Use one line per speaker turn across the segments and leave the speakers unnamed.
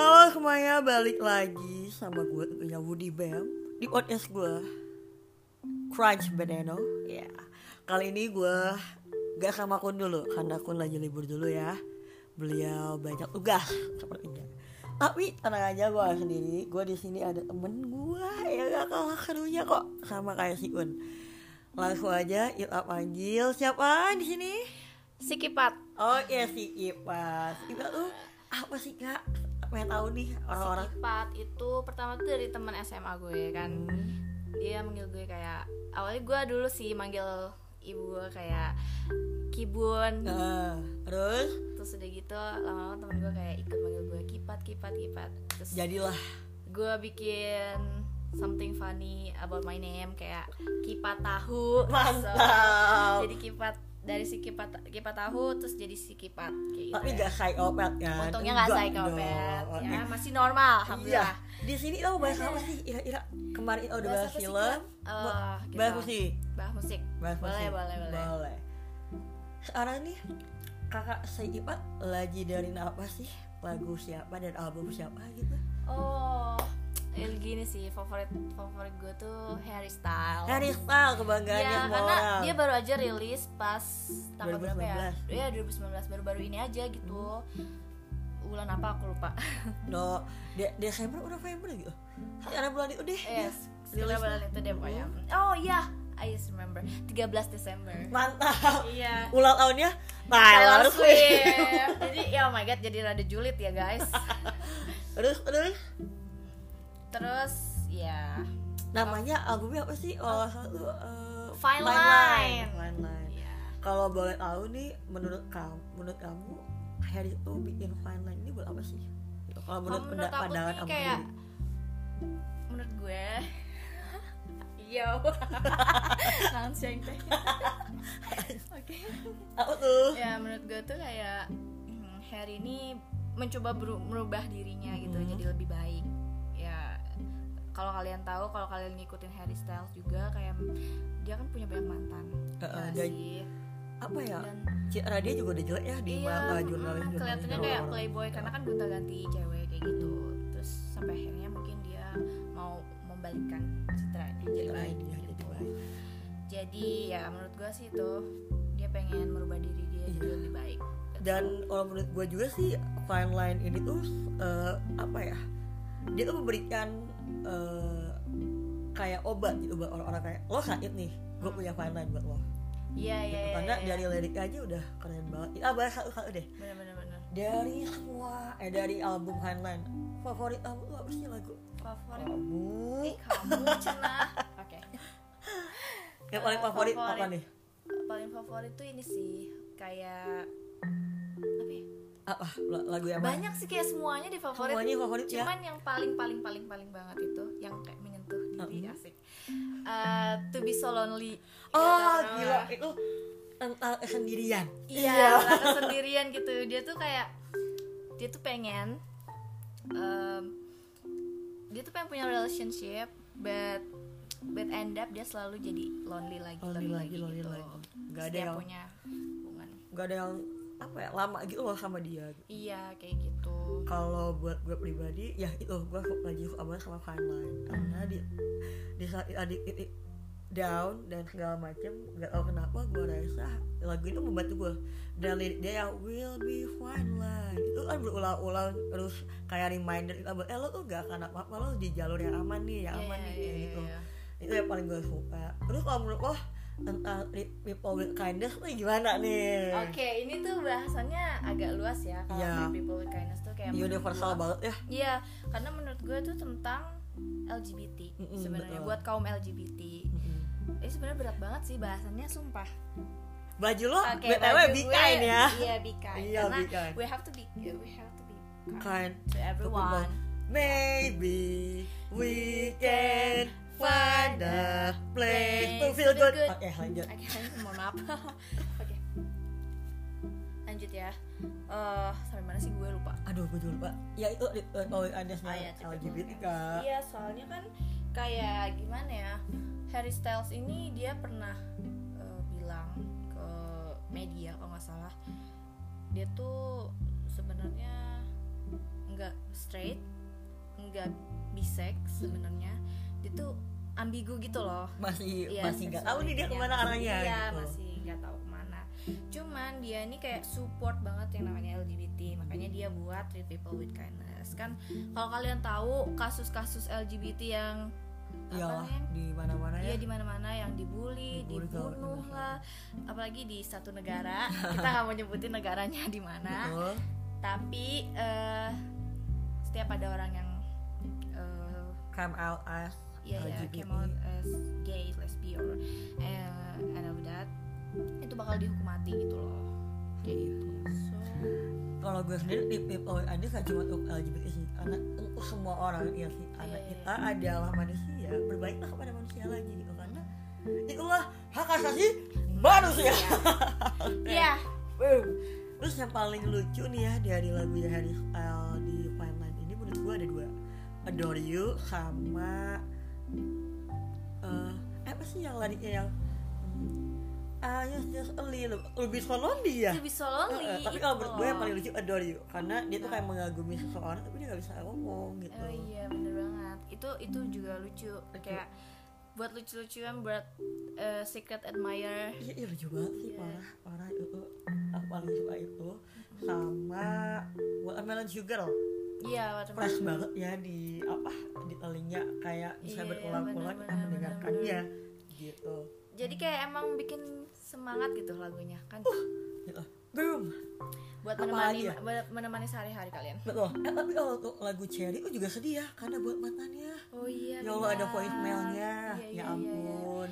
semuanya balik lagi sama gue tentunya Woody Bam di podcast gue Crunch Banana ya kali ini gue gak sama Kun dulu karena Kun lagi libur dulu ya beliau banyak tugas sepertinya tapi tenang aja gue sendiri gue di sini ada temen gue yang gak kalah serunya kok sama kayak si Kun langsung aja kita panggil siapa di sini
Sikipat.
oh iya si Ipas Ipas tuh apa sih kak pengen tahu nih orang-orang
Sikipat itu pertama tuh dari teman SMA gue kan. Dia manggil gue kayak awalnya gue dulu sih manggil ibu gue kayak Kibun.
Nah, terus
Terus udah gitu lama-lama temen gue kayak ikut manggil gue Kipat, Kipat, Kipat. Terus
jadilah
gue bikin something funny about my name kayak kipat tahu.
Mantap.
jadi kipat dari si kipat kipat tahu terus jadi si kipat kayak gitu.
tapi
ya.
gak psikopat kan
Untungnya nggak
Enggak
psikopat,
dong.
ya masih normal, alhamdulillah.
iya di sini kita mau bahas apa sih kira-kira kemarin kita udah bahas
apa sih
film
kita?
ba-
Eh, kita
bahas musik
bahas musik
bahas
boleh,
musik.
boleh boleh
boleh sekarang nih kakak seipat lagi dari apa sih lagu siapa dan album siapa gitu
oh eh, gini sih favorit favorit gue tuh Harry Styles
Harry Styles
Iya,
kebanggaannya semua
karena
orang
dia baru aja rilis pas tanggal berapa ya
2019.
ya 2019 baru-baru ini aja gitu bulan apa aku lupa Eh,
no De- Desember udah November gitu sekarang bulan itu deh dia
yes sekitar
Iya, rilis.
bulan itu deh pokoknya oh iya I just remember 13 Desember
mantap
iya
ulang tahunnya Nah, Taylor,
Taylor
Swift.
Swift jadi ya oh my god jadi rada julid ya guys
terus terus
terus ya
namanya albumnya apa sih? Oh, satu eh,
Fine Line.
Fine Line.
ya
Kalau boleh tahu nih, menurut kamu, menurut kamu, Harry itu bikin Fine Line ini buat apa sih? Gitu. Kalau menurut,
Kalau
penda-
menurut aku
pandangan
sih
kamu
kayak- menurut gue yo langsung teh oke
aku tuh
ya menurut gue tuh kayak hmm, Harry ini mencoba beru- merubah dirinya gitu
Hmm.
jadi lebih baik ya kalau kalian tahu kalau kalian ngikutin Harry Styles juga kayak dia kan punya banyak mantan
Eh, eh,
ya
dan-
sih
apa ya?
dan
Citra dia juga udah jelek ya di
Iya,
mata gitu.
mm,
jurnalis jurnalis.
kelihatannya kayak playboy karena kan gonta ganti cewek kayak gitu terus sampai akhirnya mungkin dia mau membalikkan citranya jadi
Citranya
baik
dia
gitu.
jadi baik.
jadi ya menurut gua sih itu dia pengen merubah diri dia jadi
Iya.
lebih baik
Dan kalau menurut gue juga sih Fine Line ini tuh eh, apa ya? Dia tuh memberikan eh, kayak obat gitu buat orang-orang kayak lo sakit nih, gue punya Fine Line buat lo. Gitu.
iya Hmm. iya iya
karena
iya.
dari lirik aja udah keren banget Ah, kita bahas satu-satu deh
bener bener bener
dari semua eh dari album Highline favorit kamu tuh apa sih lagu
favorit
kamu
Eh, kamu cenah oke
yang paling
eh,
favorit, apa
favorit.
nih
paling favorit tuh ini sih kayak apa ya?
apa La- lagu yang mana
banyak sih kayak semuanya di favorit
semuanya favorit ya
cuman yang paling paling paling paling banget itu yang kayak menyentuh diri
Mm.
asik Eh, to be so lonely
oh
Iya,
gila itu tentang sendirian
iya karena kesendirian gitu dia tuh kayak dia tuh pengen em, dia tuh pengen punya relationship but but end up dia selalu jadi lonely lagi
Lonely lagi, lonely
gitu.
lagi. Nggak
Terus
ada
dia
yang-
punya hubungan
gak ada yang apa ya lama gitu loh sama dia
iya kayak gitu
kalau buat gue pribadi ya itu gue lagi suka banget sama Highline karena di di saat di titik down dan segala macem gak tau kenapa gue rasa lagu itu membantu gue dan lirik dia yang will be fine line itu kan berulang-ulang terus kayak reminder kita buat eh lo tuh gak akan apa-apa lo di jalur yang aman nih yang
Iya,
aman
iya,
nih
iya,
kayak
iya,
gitu
iya.
itu yang paling gue suka terus kalau menurut lo tentang li- people with kindness tuh gimana nih
Oke, ini tuh bahasannya agak luas ya. Kalau
Iya.
yeah. people with kindness tuh kayak menurut
universal
gua-
banget ya
Iya, karena menurut gue tuh tentang LGBT
Mm-mm,
sebenarnya
betul.
buat kaum LGBT. Mm-hmm. Ini sebenarnya berat banget sih bahasannya, sumpah.
baju lo
Oke,
btw
baju
be
gue-
kind ya
Iya, be kind.
Iya,
karena
be kind.
we have to be we have to be kind,
Kind
to everyone.
Maybe we can find a place to feel good. Oke, lanjut.
Oke, mohon maaf. Oke. Lanjut ya. Eh, sampai mana sih gue lupa.
Aduh, gue juga lupa. Ya itu di- eh, kalau ada
Ah, iya,
yang LGBT
typical
kak.
Iya, soalnya kan kayak gimana ya? Harry Styles ini dia pernah eh, bilang ke media kalau nggak salah dia tuh sebenarnya nggak straight nggak bisex sebenarnya dia tuh ambigu gitu loh
masih
Iya,
masih nggak tahu nih dia
seksualitasnya
kemana
masih-
arahnya
iya
gitu.
masih nggak tahu kemana cuman dia ini kayak support banget yang namanya LGBT makanya dia buat treat people with kindness kan kalau kalian tahu kasus-kasus LGBT yang apa
Iyalah,
namanya?
di mana-mana ya.
Iya di mana-mana yang dibully,
Dibully kalau
dibunuh
di
lah, apalagi di satu negara. Kita nggak mau nyebutin negaranya di mana,
Betul.
tapi eh, setiap ada orang yang eh,
Come out as
ya ya
LGBT.
came out as gay, lesbian, or eh, and of that, itu bakal dihukum mati gitu loh. Kayak gitu. So,
Eh, Kalau gue sendiri di people ada nggak cuma untuk LGBT sih, karena untuk semua orang ya sih. Anak
Iya,
kita adalah manusia, berbaiklah kepada manusia lagi gitu karena itulah hak asasi manusia.
Iya. ya,
Boom. Terus yang paling lucu nih ya dari lagunya Harry Styles eh, di Fine Line ini menurut gue ada dua Adore You sama eh apa sih yang larinya yang hmm, I was just a little, lebih solonly ya
lebih solonly.
Eh, eh, tapi
itu
kalau menurut gue yang
gitu loh.
paling lucu Adore You karena dia tuh kayak mengagumi seseorang tapi dia gak bisa ngomong gitu
Iya. Oh iya bener banget Itu itu juga lucu
Lucu.
Kayak buat lucu-lucuan buat eh, secret admirer
Iya, iya lucu banget sih
Iya.
parah parah itu aku paling suka itu sama Watermelon Sugar loh
Iya watermelon.
fresh banget ya di apa di telinga kayak bisa
Iya,
berulang-ulang
benar,
kita
benar,
mendengarkannya gitu
Jadi kayak emang bikin semangat gitu lagunya kan
gitu boom
Buat
apa
menemani
lagi ya?
buat menemani sehari-hari kalian
betul eh, tapi kalau untuk lagu Cherry itu juga sedih ya karena buat matanya
Oh iya
ya Allah ada
benar.
voicemailnya ya
Iya, iya, iya, iya.
ampun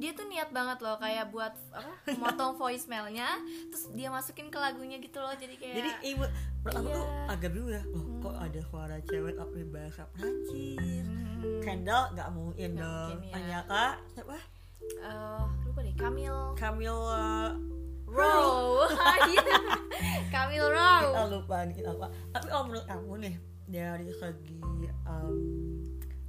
Dia tuh niat banget loh kayak buat apa Motong voicemailnya Terus dia masukin ke lagunya gitu loh Jadi kayak
jadi ibu pertama tuh
Iya.
agak bingung ya loh kok ada suara cewek tapi bahasa Prancis
Hmm,
Kendall nggak mungkin
Nggak
dong
mungkin, ya.
ternyata siapa
eh, Lupa deh Camille
Camilla Rowe
Row Iya. Camille Row
kita Ah, lupa nih kita lupa tapi kalau menurut kamu nih dari segi um,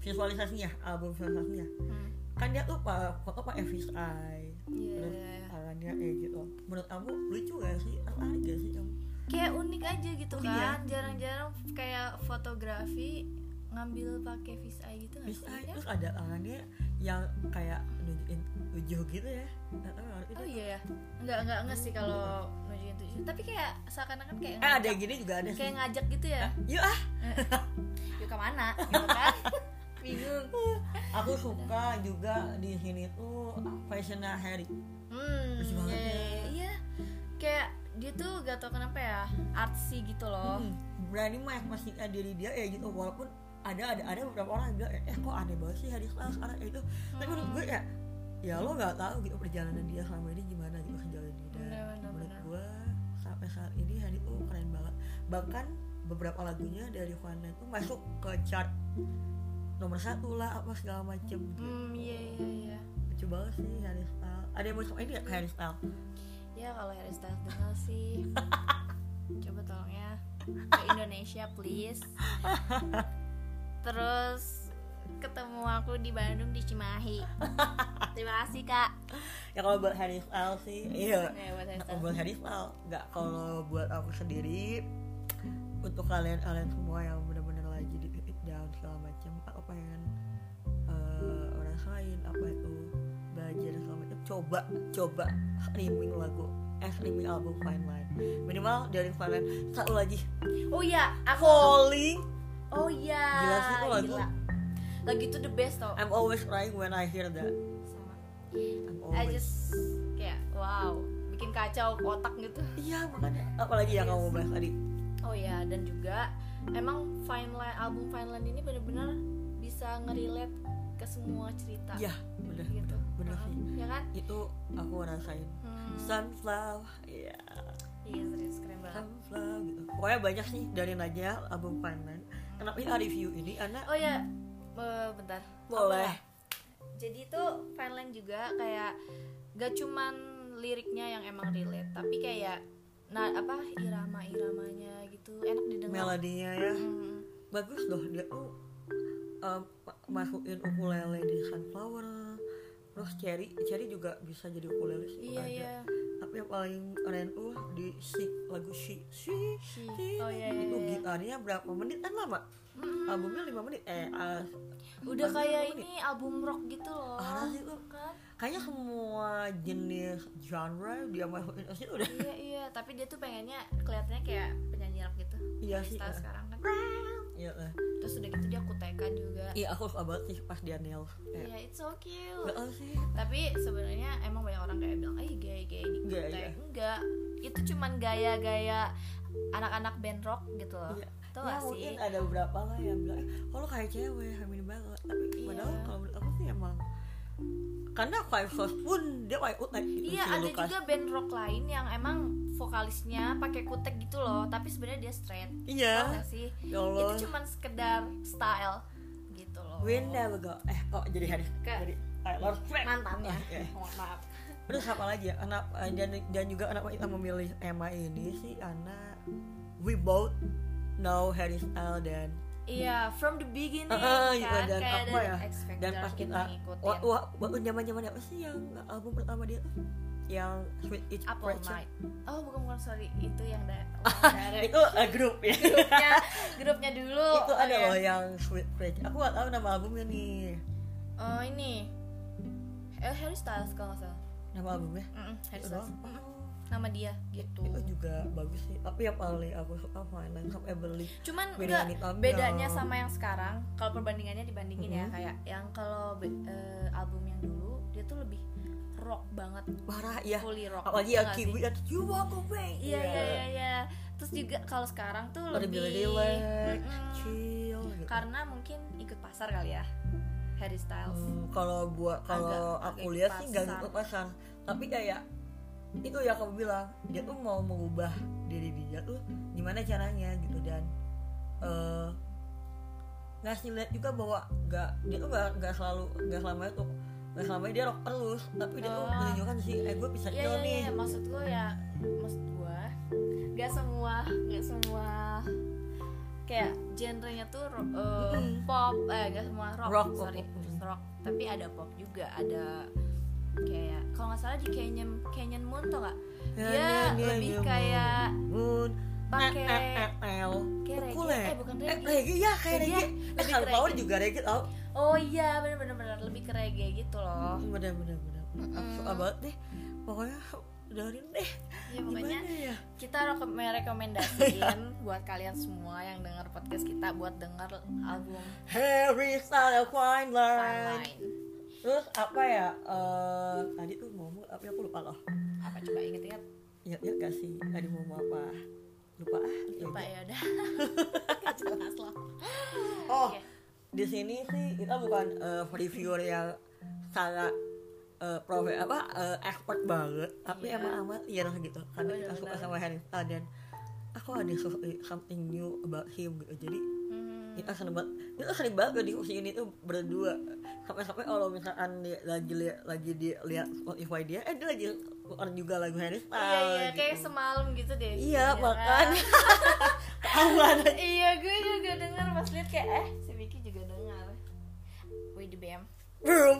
visualisasinya album visualisasinya
Hmm.
kan dia tuh pak foto pak FSI
Iya.
terus tangannya eh gitu menurut kamu lucu gak sih tertarik gak sih kamu
Kayak unik aja gitu
Iya.
kan. Jarang-jarang kayak fotografi ngambil pakai vis eye gitu nggak sih?
FSI terus ada tangannya yang kayak nunjukin tujuh gitu ya Nggak tahu kalau itu
Oh iya ya. Enggak enggak enggak sih kalau nunjukin tujuh. Tapi kayak seakan-akan kayak
eh ada
ngajak,
yang gini juga ada sih
kayak ngajak gitu ya.
yuk ah
Yuk ke mana? Gitu kan. Bingung.
aku suka juga di sini tuh fashionnya Harry
Hmm.
Lucu banget
iya,
ya.
iya, Iya. Kayak dia tuh gak tau kenapa ya artsy gitu loh.
Hmm, berani mah memastikan diri dia ya gitu walaupun ada ada ada beberapa orang yang bilang eh kok aneh banget sih Harry Styles sekarang kayak gitu tapi menurut gue ya ya lo nggak tahu gitu perjalanan dia selama ini gimana gitu sejauh ini dan
Bener, bener,
menurut
bener.
gue sampai saat ini Harry tuh keren banget bahkan beberapa lagunya dari Juana itu masuk ke chart nomor satu lah apa segala macem gitu
Hmm, iya iya iya.
lucu banget sih Harry Styles ada yang mau sama ini nggak ke Harry Styles
Ya kalau Harry Styles dengar sih Coba tolong ya Ke Indonesia please Terus Ketemu aku di Bandung di Cimahi Terima kasih kak
ya kalau buat Harry Styles sih iya
Ya, buat Harry
Nah,
Styles.
buat Harif mal nggak kalau buat aku sendiri untuk kalian kalian semua yang benar-benar lagi di titik down segala macam aku pengen eh, orang lain apa itu belajar segala macam coba coba streaming lagu eh streaming album Fine Line minimal dari Fine Line satu lagi
Oh iya aku
Falling
Oh iya
Gila sih itu lagu.
gila. Lagu itu the best tau
I'm always crying when I hear that
Sama.
I'm
I
always
just Kayak wow Bikin kacau otak gitu
iya makanya apalagi yang kamu bahas tadi
Oh ya, dan juga emang Fine Line album Fine Line ini benar-benar bisa ngerelate ke semua cerita.
ya bener
gitu.
bener
Nah,
sih
Ya kan?
itu aku ngerasain
Hmm,
Sunflower iya
iya serius keren banget.
Sunflower gitu. Pokoknya banyak sih dari Nadia album Finland. Kenapa ini review ini anak
Oh ya, eh, bentar.
boleh.
Jadi itu Fine Line juga kayak gak cuman liriknya yang emang relate, tapi kayak nah apa irama-iramanya gitu enak didengar.
Melodinya ya
Hmm,
bagus loh dia tuh um, ma- masukin ukulele di Sunflower. Terus Cherry, Cherry juga bisa jadi ukulele sih.
iya
ada.
iya.
Tapi yang paling keren tuh di si lagu si si
She. Oh iya iya.
itu
iya.
gitarnya berapa menit kan lama? albumnya 5 menit eh ah,
udah
Album
kayak
apa nih?
ini album rock gitu loh
Parah ya? Ah, sih, oh. lu.
kan
kayaknya semua jenis genre dia masukin ke situ udah
iya iya tapi dia tuh pengennya kelihatannya kayak penyanyi rock gitu
iya sih
style
eh.
sekarang kan
iya eh.
terus udah gitu dia kutekan juga
iya aku suka banget sih pas dia nail
iya
kayak
it's so cute
gak tau sih
tapi sebenarnya emang banyak orang kayak bilang eh gaya gaya di
Gaya. iya.
kutek enggak itu cuman gaya-gaya anak-anak band rock gitu loh
Iya. ya
tau gak sih
mungkin ada beberapa lah yang bilang kalau kayak cewek hamil banget tapi
Iya.
padahal kalau menurut aku sih emang karena Five Source pun dia kayak utek gitu
Iya
si
ada
Lukas.
juga band rock lain yang emang vokalisnya pakai kutek gitu loh tapi sebenarnya dia straight
iya
tau gak sih
ya Allah
itu cuman sekedar style gitu loh
we never go eh kok jadi hari
Ke-
jadi eh, Lord Frank.
mantannya
Ah, iya.
mohon maaf
Terus apa lagi ya? Kenapa dan dan juga kenapa kita memilih tema ini sih karena we both know Harry Styles dan
iya from the beginning
Ah, ah, iya,
kan
dan
kayak
apa
dari
ya?
X Factor
dan pas
gitu
kita
ngikutin
wah wah
Hmm.
waktu zaman zaman apa sih yang album pertama dia tuh? yang Sweet It
Apple Night oh bukan bukan sorry itu yang da- dari
itu a grup ya
grupnya grupnya dulu Oh, iya.
itu ada
Oke.
loh yang Sweet Pressure aku gak tahu nama albumnya nih
oh ini eh Harry Styles kalau nggak salah
nama albumnya
Mm-mm, Harry
Itu
Styles
doang.
Mm-mm, nama dia gitu
itu juga bagus sih tapi yang paling aku suka Finance of Everly
cuman
Beda
enggak
nih, Tom,
bedanya
dong.
sama yang sekarang kalau perbandingannya dibandingin ya
Mhm.
kayak yang kalau be- eh, album yang dulu dia tuh lebih rock banget
parah ya
fully rock
apalagi
ya
yang kiwi atau you walk away
iya iya iya iya terus juga kalau sekarang tuh
lebih
lebih
relax,
Mm-mm.
chill gitu.
karena mungkin ikut pasar kali ya Harry Styles
Hmm, kalau buat kalau
Agak-
aku
agak
lihat sih nggak
pasar.
ikut pasar tapi kayak itu ya kamu bilang dia tuh mau mengubah diri dia tuh gimana caranya gitu dan eh ngasih lihat juga bahwa nggak dia tuh nggak nggak selalu nggak selamanya tuh nggak selamanya dia rock terus tapi dia tuh
Oh.
menunjukkan sih eh gue bisa
iya
chill
iya
nih
iya maksud gue ya maksud gue nggak semua nggak semua kayak genrenya tuh ro- eh,
Mm-mm.
pop eh nggak semua rock,
Rock, pop,
sorry
pop, mm.
rock tapi ada pop juga ada kayak kalau nggak salah di Canyon Canyon Moon tuh nggak
Ya, ya,
dia
ya,
Iya, lebih
ya,
kayak
moon
pakai-
Eh, eh, eh, eh.
kayak reggae.
Ukule.
Eh, bukan reggae.
ya kayak
Reggae,
reggae eh
lebih ke
kalau power
reggae.
juga reggae tau
oh iya bener bener bener lebih ke reggae gitu loh
bener bener bener aku suka
Mm-mm.
banget deh pokoknya dengerin deh
ya pokoknya
gimana ya
kita reko- merekomendasiin buat kalian semua yang dengar podcast kita buat denger album
Harry Styles Fine Line
Sunlight
terus apa ya eh tadi tuh mau ngomong apa ya, aku lupa loh
apa coba inget-inget
ya ya gak sih tadi mau ngomong apa lupa ah gitu
lupa
aja.
ya udah Gak jelas loh
oh
Oke.
di sini sih kita bukan eh, reviewer yang sangat eh profe apa eh, expert banget tapi
Iya.
emang amat iya gitu karena kita
Benar-benar.
suka sama Harry Styles dan aku ada sesuatu- something new about him gitu jadi
Hmm,
kita seneng banget kita sering banget gak diskusi ini tuh berdua sampai-sampai kalau misalkan dia lagi lihat lagi dia lihat Spotify dia eh dia lagi keluar juga lagu Harry
iya
Styles
iya kayak
gitu.
semalam gitu deh
iya
kan?
makanya ketahuan
iya gue juga dengar pas lihat kayak eh si Vicky juga dengar Wih di BM
belum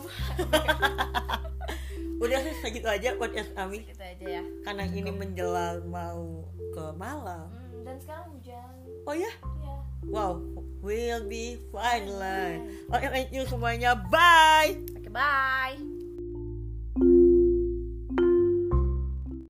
udah sih segitu aja podcast kami
gitu aja ya
karena ini menjelang mau ke Malang
Hmm, dan sekarang hujan
oh ya
ya
wow
Hmm.
will be fine line oke thank you semuanya bye
oke bye